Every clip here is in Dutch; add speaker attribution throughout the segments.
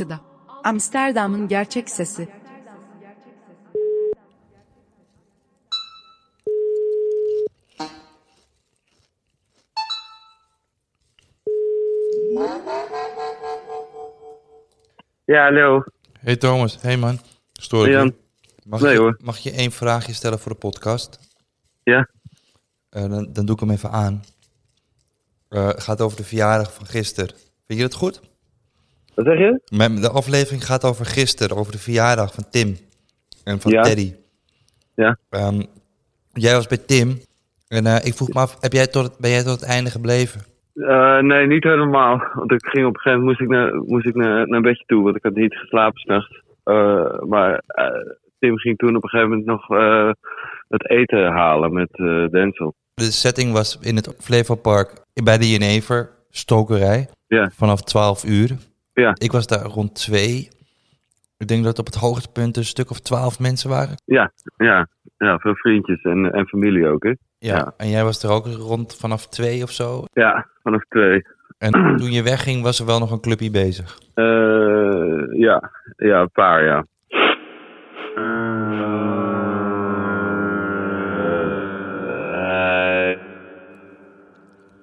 Speaker 1: 6'da. Amsterdam'ın gerçek sesi.
Speaker 2: Ja, hallo.
Speaker 3: Hey Thomas, hey man. Story.
Speaker 2: Hey, Jan.
Speaker 3: Mag,
Speaker 2: Nee,
Speaker 3: ik,
Speaker 2: hoor.
Speaker 3: mag ik je één vraagje stellen voor de podcast?
Speaker 2: Ja.
Speaker 3: Eh, dan, dan doe ik hem even aan. Eh, gaat over de verjaardag van gisteren. Vind je dat goed?
Speaker 2: Wat zeg je?
Speaker 3: Mijn- De aflevering gaat over gisteren, over de verjaardag van Tim en van
Speaker 2: Ja.
Speaker 3: Teddy.
Speaker 2: Ja.
Speaker 3: Ehm, jij was bij Tim en eh, ik vroeg me af, heb jij tot het, ben jij tot het einde gebleven?
Speaker 2: Eh, nee, niet helemaal. Want ik ging op een gegeven moment moest ik naar, moest ik naar, naar bedje toe, want ik had niet geslapen s'nachts. Eh, maar eh, Tim ging toen op een gegeven moment nog eh, het eten halen met eh Denzel.
Speaker 3: De setting was in het Flevopark bij de Jenever, stokerij,
Speaker 2: Ja.
Speaker 3: vanaf 12 uur.
Speaker 2: Ja.
Speaker 3: Ik was daar rond 2. Ik denk dat op het hoogtepunt een stuk of 12 mensen waren.
Speaker 2: Ja, ja veel vriendjes en, en familie ook, hè? Ja.
Speaker 3: En jij was er ook rond vanaf 2 of zo.
Speaker 2: Ja, vanaf twee.
Speaker 3: En toen je wegging was er wel nog een clubje bezig.
Speaker 2: Eh, ja. ja, een paar, ja.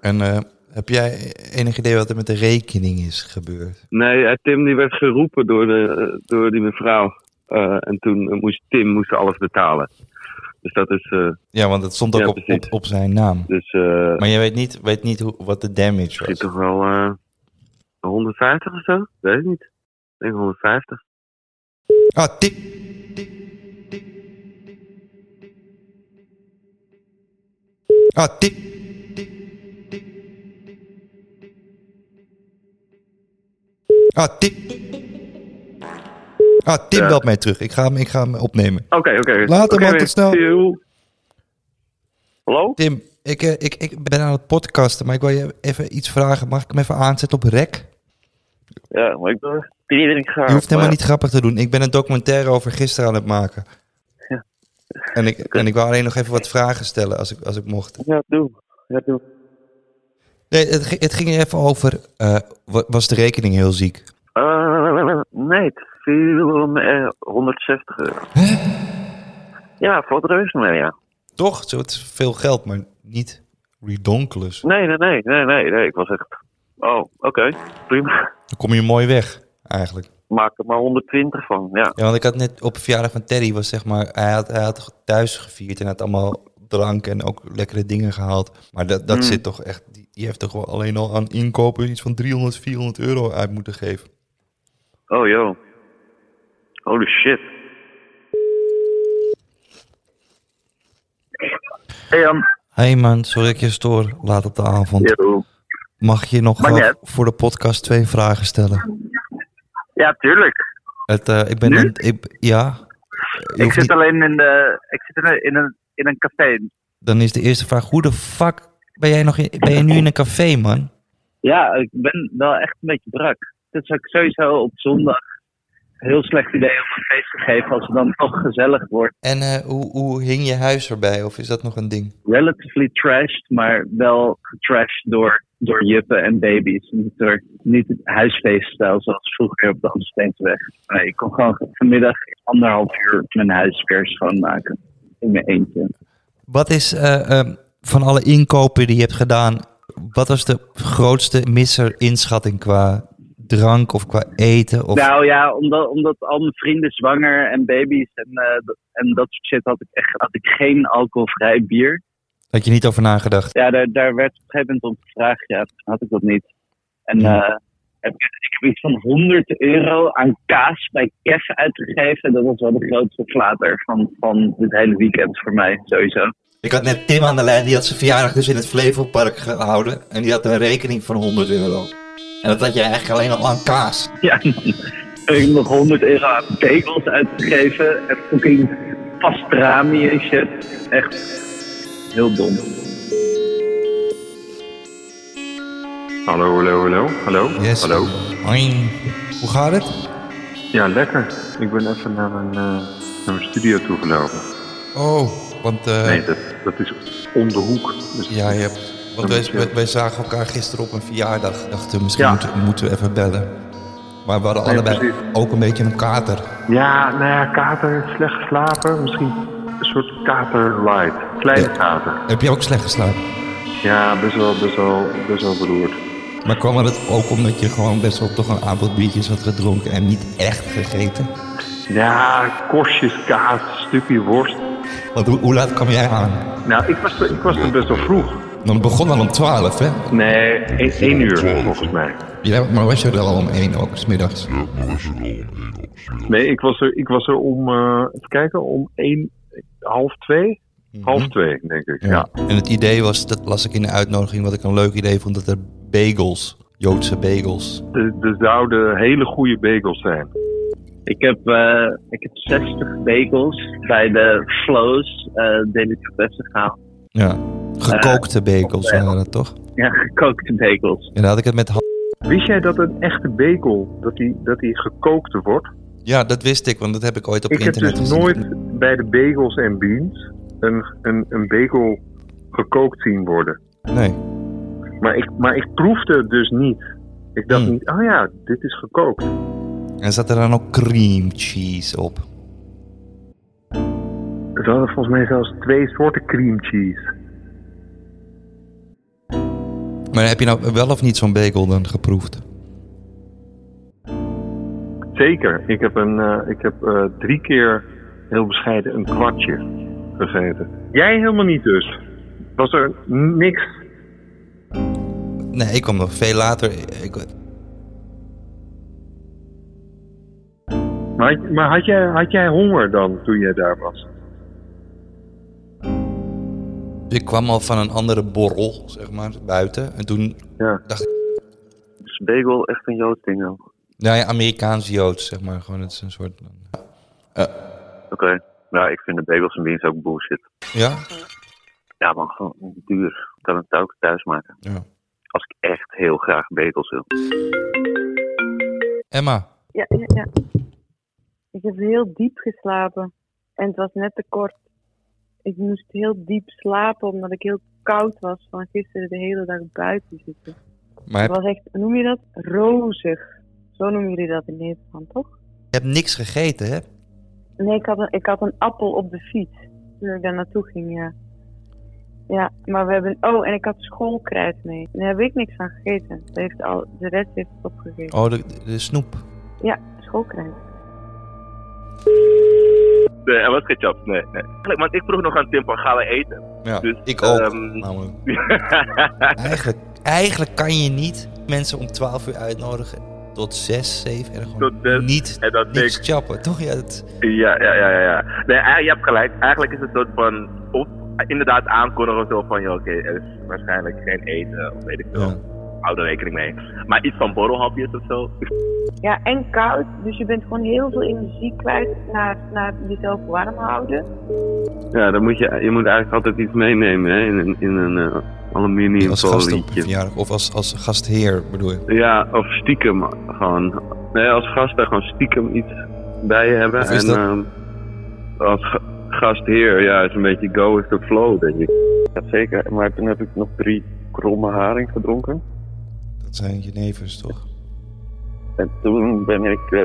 Speaker 3: En eh, heb jij enig idee wat er met de rekening is gebeurd?
Speaker 2: Nee, eh, Tim die werd geroepen door, de, eh, door die mevrouw. Eh, en toen eh, moest Tim moest alles betalen. Dus dat is. eh,
Speaker 3: Ja, want het stond ook
Speaker 2: Ja,
Speaker 3: op,
Speaker 2: precies.
Speaker 3: op, op zijn naam.
Speaker 2: dus eh
Speaker 3: Maar je weet niet, weet niet hoe, wat de damage
Speaker 2: misschien
Speaker 3: was.
Speaker 2: toch wel eh 150 of zo? Weet ik niet. Ik denk 150.
Speaker 3: Ah, tip. Ah, tip. Ah, tip. Ah, Tim
Speaker 2: Ja.
Speaker 3: belt mij terug. Ik ga hem, ik ga hem opnemen.
Speaker 2: Oké, oké.
Speaker 3: Later,
Speaker 2: Oké,
Speaker 3: man, tot
Speaker 2: weer.
Speaker 3: snel.
Speaker 2: See you. Hallo?
Speaker 3: Tim, ik, eh, ik, ik ben aan het podcasten, maar ik wil je even iets vragen. Mag ik hem even aanzetten op rek?
Speaker 2: Ja, maar ik ben. Iedereen
Speaker 3: Je hoeft helemaal niet grappig te doen. Ik ben een documentaire over gisteren aan het maken. En ik, en ik wil alleen nog even wat vragen stellen als ik, als ik mocht.
Speaker 2: Ja, doe. Ja, doe.
Speaker 3: Nee, het, ging- het ging er even over. eh, wa- was de rekening heel ziek?
Speaker 2: Eh, nee, het viel eh, 160 euro. Ja, valt reuze mee, ja.
Speaker 3: Toch? Zo, het is veel geld, maar niet redonkelus.
Speaker 2: Nee, nee, nee, nee, nee, nee. Ik was echt. Oh, oké, prima.
Speaker 3: Dan kom je mooi weg, eigenlijk.
Speaker 2: Maak er maar 120 van. Ja,
Speaker 3: Ja, want ik had net op de verjaardag van Teddy, was zeg maar, hij had, hij had thuis gevierd en had allemaal drank en ook lekkere dingen gehaald. Maar dat, dat
Speaker 2: Mm.
Speaker 3: zit toch echt, die, die heeft toch wel alleen al aan inkopen iets van 300, 400 euro uit moeten geven.
Speaker 2: oh joh. Holy shit. Hey Jan.
Speaker 3: hey man, sorry dat ik je stoor laat op de avond.
Speaker 2: Yo.
Speaker 3: Mag je nog
Speaker 2: Maakt niet
Speaker 3: eh,
Speaker 2: uit.
Speaker 3: voor de podcast twee vragen stellen?
Speaker 2: Ja, tuurlijk.
Speaker 3: Het, eh, ik ben
Speaker 2: Nu?
Speaker 3: een, ik- ja, Je
Speaker 4: Ik
Speaker 3: hoeft
Speaker 4: zit
Speaker 3: niet-
Speaker 4: alleen in, de, ik zit in, een- in, een, in een café.
Speaker 3: dan is de eerste vraag, hoe de fuck ben jij, nog in, ben jij nu in een café, man?
Speaker 4: Ja, ik ben wel echt een beetje brak. Het is ook sowieso op zondag een heel slecht idee om een feest te geven als het dan toch gezellig wordt.
Speaker 3: En eh, hoe, hoe hing je huis erbij, of is dat nog een ding?
Speaker 4: Relatively trashed, maar wel getrashed door, door juppen en baby's. Niet, door, niet het huisfeeststijl zoals vroeger op de Amsterdamseweg. Nee, ik kon gewoon vanmiddag anderhalf uur mijn huis weer schoonmaken. In mijn eentje.
Speaker 3: Wat is eh, eh, van alle inkopen die je hebt gedaan, wat was de grootste misser inschatting qua drank of qua eten? Of,
Speaker 4: Nou ja, omdat, omdat al mijn vrienden zwanger en baby's en, eh, dat- en dat soort shit had ik echt had ik geen alcoholvrij bier.
Speaker 3: Had je niet over nagedacht?
Speaker 4: Ja, daar, daar werd op een gegeven moment om gevraagd. Ja, toen had ik dat niet. En
Speaker 3: Ja.
Speaker 4: eh, heb, ik heb iets van 100 euro aan kaas bij Kef uitgegeven. Dat was wel de grootste flater van, van dit hele weekend voor mij, sowieso.
Speaker 3: Ik had net Tim aan de lijn, die had zijn verjaardag dus in het Flevopark gehouden. En die had een rekening van 100 euro. En dat had je eigenlijk alleen al aan kaas.
Speaker 4: Ja, heb ik nog 100 euro aan bagels uitgegeven en fucking pastrami en shit. Echt heel dom.
Speaker 5: Hallo, hallo, hallo. Hallo.
Speaker 3: Yes.
Speaker 5: Hallo.
Speaker 3: Hoi. Hoe gaat het?
Speaker 5: Ja, lekker. Ik ben even naar mijn, eh, naar mijn studio toegelopen.
Speaker 3: Oh, want, eh,
Speaker 5: Nee, dat, dat is om de hoek. Dus
Speaker 3: ja, je hebt, want wij, wij, wij zagen elkaar gisteren op een verjaardag. Dachten, misschien
Speaker 5: Ja.
Speaker 3: moeten, moeten we even bellen. Maar we hadden
Speaker 5: Nee,
Speaker 3: allebei
Speaker 5: precies.
Speaker 3: ook een beetje een kater.
Speaker 5: Ja, nou ja, kater, slecht slapen. Misschien een soort kater light. Kleine
Speaker 3: Ja.
Speaker 5: kater.
Speaker 3: Heb je ook slecht geslapen?
Speaker 5: Ja, best wel, best wel, best wel beroerd.
Speaker 3: Maar kwam het ook omdat je gewoon best wel toch een aantal biertjes had gedronken en niet echt gegeten?
Speaker 5: Ja, korstjes kaas, stukje worst.
Speaker 3: Want hoe, hoe laat kwam jij aan?
Speaker 5: Nou, ik was, er- ik was er best wel vroeg.
Speaker 3: Dan begon al om 12, hè?
Speaker 5: Nee, één, één uur volgens mij.
Speaker 3: Ja, maar was je er al om 1 ook, smiddags?
Speaker 5: Nee, ik was er, ik was er om, eh, even kijken, om één, half twee?
Speaker 3: Mhm.
Speaker 5: Half twee, denk ik, ja.
Speaker 3: En het idee was, dat las ik in de uitnodiging, wat ik een leuk idee vond, dat er bagels, Joodse bagels.
Speaker 5: Er er zouden hele goede bagels zijn.
Speaker 4: Ik heb, eh, ik heb 60 bagels bij de Flows eh Delicatessen gehaald.
Speaker 3: Ja. Gekookte bagels waren dat toch?
Speaker 4: Ja, gekookte bagels.
Speaker 3: En daar had ik het met. Han-
Speaker 5: Wist jij dat een echte bagel, dat die, dat die gekookt wordt?
Speaker 3: Ja, dat wist ik, want dat heb ik ooit op
Speaker 5: Ik heb
Speaker 3: internet
Speaker 5: dus
Speaker 3: gezien.
Speaker 5: nooit bij de bagels en beans een, een, een bagel gekookt zien worden.
Speaker 3: Nee.
Speaker 5: Maar ik, maar ik proefde het dus niet. Ik dacht
Speaker 3: Hmm.
Speaker 5: niet, oh ja, dit is gekookt.
Speaker 3: En zat er dan ook cream cheese op?
Speaker 5: Ze hadden volgens mij zelfs twee soorten cream cheese.
Speaker 3: Maar heb je nou wel of niet zo'n bagel dan geproefd?
Speaker 5: Zeker. Ik heb, een, eh, ik heb eh, drie keer heel bescheiden een kwartje gegeten. Jij helemaal niet dus. Was er niks.
Speaker 3: Nee, ik kwam nog veel later. Ik,
Speaker 5: Maar, had- maar had, jij, had jij honger dan toen jij daar was?
Speaker 3: ik kwam al van een andere borrel, zeg maar, buiten. En toen
Speaker 5: Ja.
Speaker 3: dacht ik,
Speaker 4: Is dus bagel echt een Joods ding ook?
Speaker 3: nou ja, Amerikaans-Joods, zeg maar. Gewoon, het is een soort...
Speaker 4: Oké. Nou, ik vind de bagels en beans ook bullshit.
Speaker 3: Ja?
Speaker 4: Ja, maar gewoon duur. Ik kan het ook thuis maken.
Speaker 3: Ja.
Speaker 4: Als ik echt heel graag bagels wil.
Speaker 3: Emma,
Speaker 6: Ja, ja, ja. Ik heb heel diep geslapen. En het was net te kort. Ik moest heel diep slapen omdat ik heel koud was van gisteren de hele dag buiten zitten.
Speaker 3: maar
Speaker 6: Het
Speaker 3: heb,
Speaker 6: was echt, hoe noem je dat? Rozig. Zo noemen jullie dat in Nederland, toch?
Speaker 3: je hebt niks gegeten, hè?
Speaker 6: Nee, ik had een, ik had een appel op de fiets toen ik daar naartoe ging, ja. Ja, maar we hebben... Oh, en ik had schoolkrijt mee. Daar heb ik niks aan gegeten. Dat heeft al, de rest heeft het opgegeten.
Speaker 3: Oh, de, de snoep.
Speaker 6: Ja, schoolkrijt.
Speaker 7: Nee, er was ketchup. Nee, nee. Eigenlijk, want ik vroeg nog aan Tim van gaan we eten?
Speaker 3: Ja,
Speaker 7: Dus,
Speaker 3: ik ook,
Speaker 7: ehm,
Speaker 3: namelijk. Eigenlijk, eigenlijk kan je niet mensen om 12 uur uitnodigen tot 6, 7 en gewoon
Speaker 7: Tot zes,
Speaker 3: niet,
Speaker 7: en dat
Speaker 3: niks
Speaker 7: niks.
Speaker 3: chappen. Toch? Ja, het,
Speaker 7: Ja, ja, ja, ja, ja. Nee, eigenlijk- je hebt gelijk. Eigenlijk is het een soort van, of inderdaad aankondigen zo van, joh, oké, er is waarschijnlijk geen eten, of weet ik veel.
Speaker 3: ja.
Speaker 7: Hou er rekening mee. Maar iets van borrelhapjes of zo.
Speaker 6: Ja, en koud. Dus je bent gewoon heel veel energie kwijt naar, naar jezelf warm houden.
Speaker 2: Ja, dan moet je, je moet eigenlijk altijd iets meenemen hè, in een, in een eh, aluminium
Speaker 3: Als gast op een
Speaker 2: folietje.
Speaker 3: verjaardag of als, als gastheer, bedoel je.
Speaker 2: Ja, of stiekem gewoon. Nee, als gast daar gewoon stiekem iets bij je hebben.
Speaker 3: Of is
Speaker 2: en
Speaker 3: dat-
Speaker 2: ehm, als ga- gastheer, ja, is een beetje go with the flow, denk ik.
Speaker 4: Jazeker, maar toen heb ik nog drie kromme haring gedronken.
Speaker 3: Dat zijn Genevers, toch?
Speaker 4: En toen ben ik eh,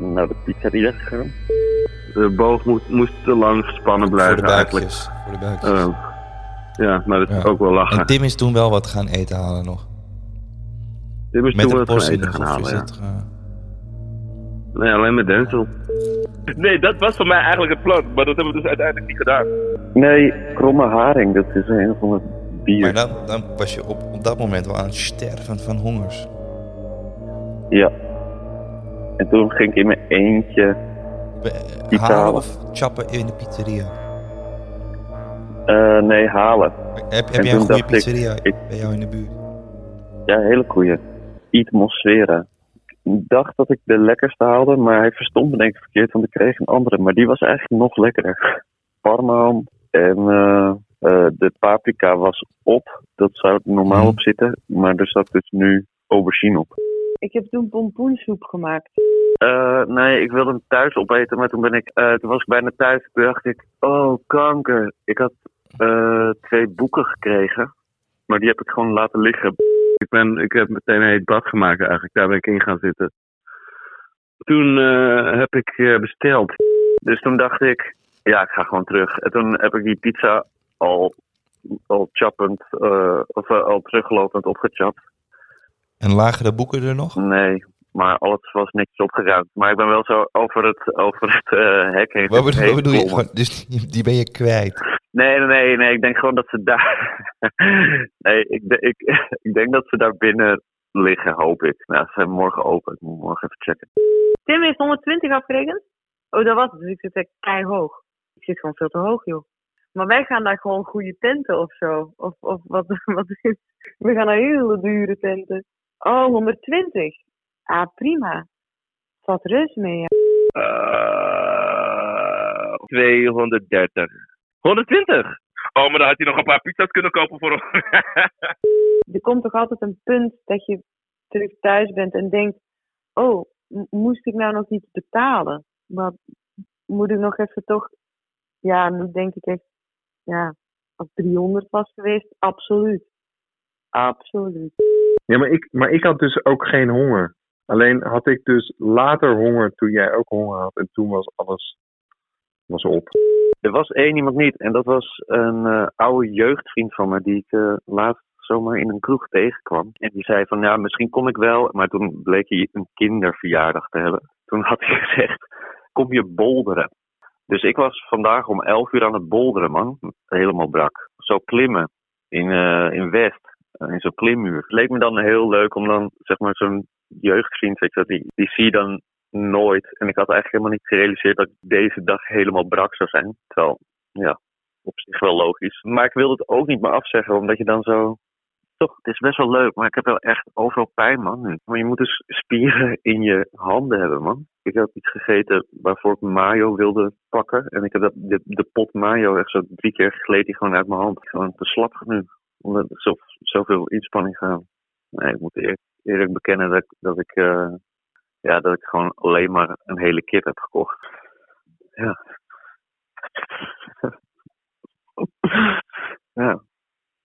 Speaker 4: naar de pizzeria gegaan.
Speaker 2: De boog moet, moest te lang gespannen
Speaker 3: Voor de
Speaker 2: blijven eigenlijk.
Speaker 3: buikjes. Voor de buikjes.
Speaker 2: Eh, ja, maar dat is
Speaker 3: Ja.
Speaker 2: ook wel lachen.
Speaker 3: en Tim is toen wel wat gaan eten halen nog.
Speaker 2: Dit is
Speaker 3: Met
Speaker 2: toen
Speaker 3: een
Speaker 2: wel
Speaker 3: bos
Speaker 2: gaan
Speaker 3: in de
Speaker 2: eten gaan
Speaker 3: groef is
Speaker 2: halen, ja.
Speaker 3: dat, eh,
Speaker 2: Nee, alleen met Denzel.
Speaker 7: Nee, dat was voor mij eigenlijk het plan, maar dat hebben we dus uiteindelijk niet gedaan.
Speaker 4: Nee, kromme haring, dat is een van het
Speaker 3: Maar
Speaker 4: bier.
Speaker 3: dan, dan was je op, op dat moment wel aan het sterven van hongers.
Speaker 4: En toen ging ik in mijn eentje
Speaker 3: Be-
Speaker 4: Pizza
Speaker 3: Halen
Speaker 4: halen.
Speaker 3: of chappen in de pizzeria?
Speaker 4: eh, nee, halen.
Speaker 3: Heb, heb
Speaker 4: En
Speaker 3: jij
Speaker 4: toen
Speaker 3: een goede
Speaker 4: dacht ik,
Speaker 3: pizzeria
Speaker 4: ik-
Speaker 3: bij jou in de buurt?
Speaker 4: Ja, hele goeie. Eat Mosfera. Ik dacht dat ik de lekkerste haalde, maar hij verstond me denk ik verkeerd, want ik kreeg een andere. Maar die was eigenlijk nog lekkerder. Parmaham en eh, eh, de paprika was op. Dat zou ik normaal
Speaker 3: Mm.
Speaker 4: op zitten, maar er zat dus nu aubergine op.
Speaker 6: Ik heb toen pompoensoep gemaakt.
Speaker 4: Eh, nee, ik wilde hem thuis opeten, maar toen, ben ik, eh, toen was ik bijna thuis. Toen dacht ik, oh kanker. Ik had eh, twee boeken gekregen, maar die heb ik gewoon laten liggen.
Speaker 2: Ik, ben, ik heb meteen een heet bad gemaakt eigenlijk. Daar ben ik in gaan zitten. Toen eh, heb ik eh, besteld.
Speaker 4: Dus toen dacht ik, ja, ik ga gewoon terug. En toen heb ik die pizza al, al chappend, eh, of eh, al teruglopend opgechapt.
Speaker 3: En lagen de boeken er nog?
Speaker 4: Nee, maar alles was niks opgeruimd. Maar ik ben wel zo over het, over het eh, hek heen.
Speaker 3: Wat bedoel,
Speaker 4: heen
Speaker 3: wat bedoel je?
Speaker 4: geklommen.
Speaker 3: Gewoon, Dus die die ben je kwijt.
Speaker 4: Nee, nee, nee, nee. Ik denk gewoon dat ze daar. nee, ik, de- ik, ik denk dat ze daar binnen liggen, hoop ik. Nou, ze zijn morgen open. Ik moet morgen even checken.
Speaker 6: Tim heeft 120 afgerekend. Oh, dat was het. Dus ik zit echt keihog. Ik zit gewoon veel te hoog, joh. Maar wij gaan daar gewoon goede tenten of zo. Of, of wat, wat is We gaan naar hele dure tenten. Oh, 120. Ah, prima. Wat rust mee, ja.
Speaker 7: Eh, 230. 120? Oh, maar dan had hij nog een paar pizza's kunnen kopen voor ons.
Speaker 6: Er komt toch altijd een punt dat je terug thuis bent en denkt... Oh, m- moest ik nou nog iets betalen? Maar moet ik nog even toch... Ja, nu denk ik echt... Ja, als 300 was geweest, absoluut. Absoluut.
Speaker 5: Ja, maar ik, maar ik had dus ook geen honger. Alleen had ik dus later honger toen jij ook honger had. En toen was alles was op.
Speaker 4: Er was één iemand niet. En dat was een eh, oude jeugdvriend van me. Die ik eh, laatst zomaar in een kroeg tegenkwam. En die zei van, ja, misschien kom ik wel. Maar toen bleek hij een kinderverjaardag te hebben. Toen had hij gezegd, kom je bolderen. Dus ik was vandaag om 11 uur aan het bolderen, man. Helemaal brak. Zo klimmen in, eh, in West. eh, In zo'n klimmuur. Het leek me dan heel leuk om dan, zeg maar, zo'n jeugdvriend, weet je, wel, die, die zie je dan nooit. En ik had eigenlijk helemaal niet gerealiseerd dat ik deze dag helemaal brak zou zijn. Terwijl, ja, op zich wel logisch. Maar ik wilde het ook niet meer afzeggen, omdat je dan zo... Toch, het is best wel leuk, maar ik heb wel echt overal pijn, man. nu. Maar je moet dus spieren in je handen hebben, man. Ik heb iets gegeten waarvoor ik mayo wilde pakken. En ik heb dat, de, de pot mayo echt zo drie keer gleed die gewoon uit mijn hand. Gewoon te slap nu. Omdat er zo, zoveel inspanning gaan. Nee, ik moet eer- eerlijk bekennen dat, ik- dat ik... eh, ja, dat ik gewoon alleen maar een hele kip heb gekocht. Ja. ja.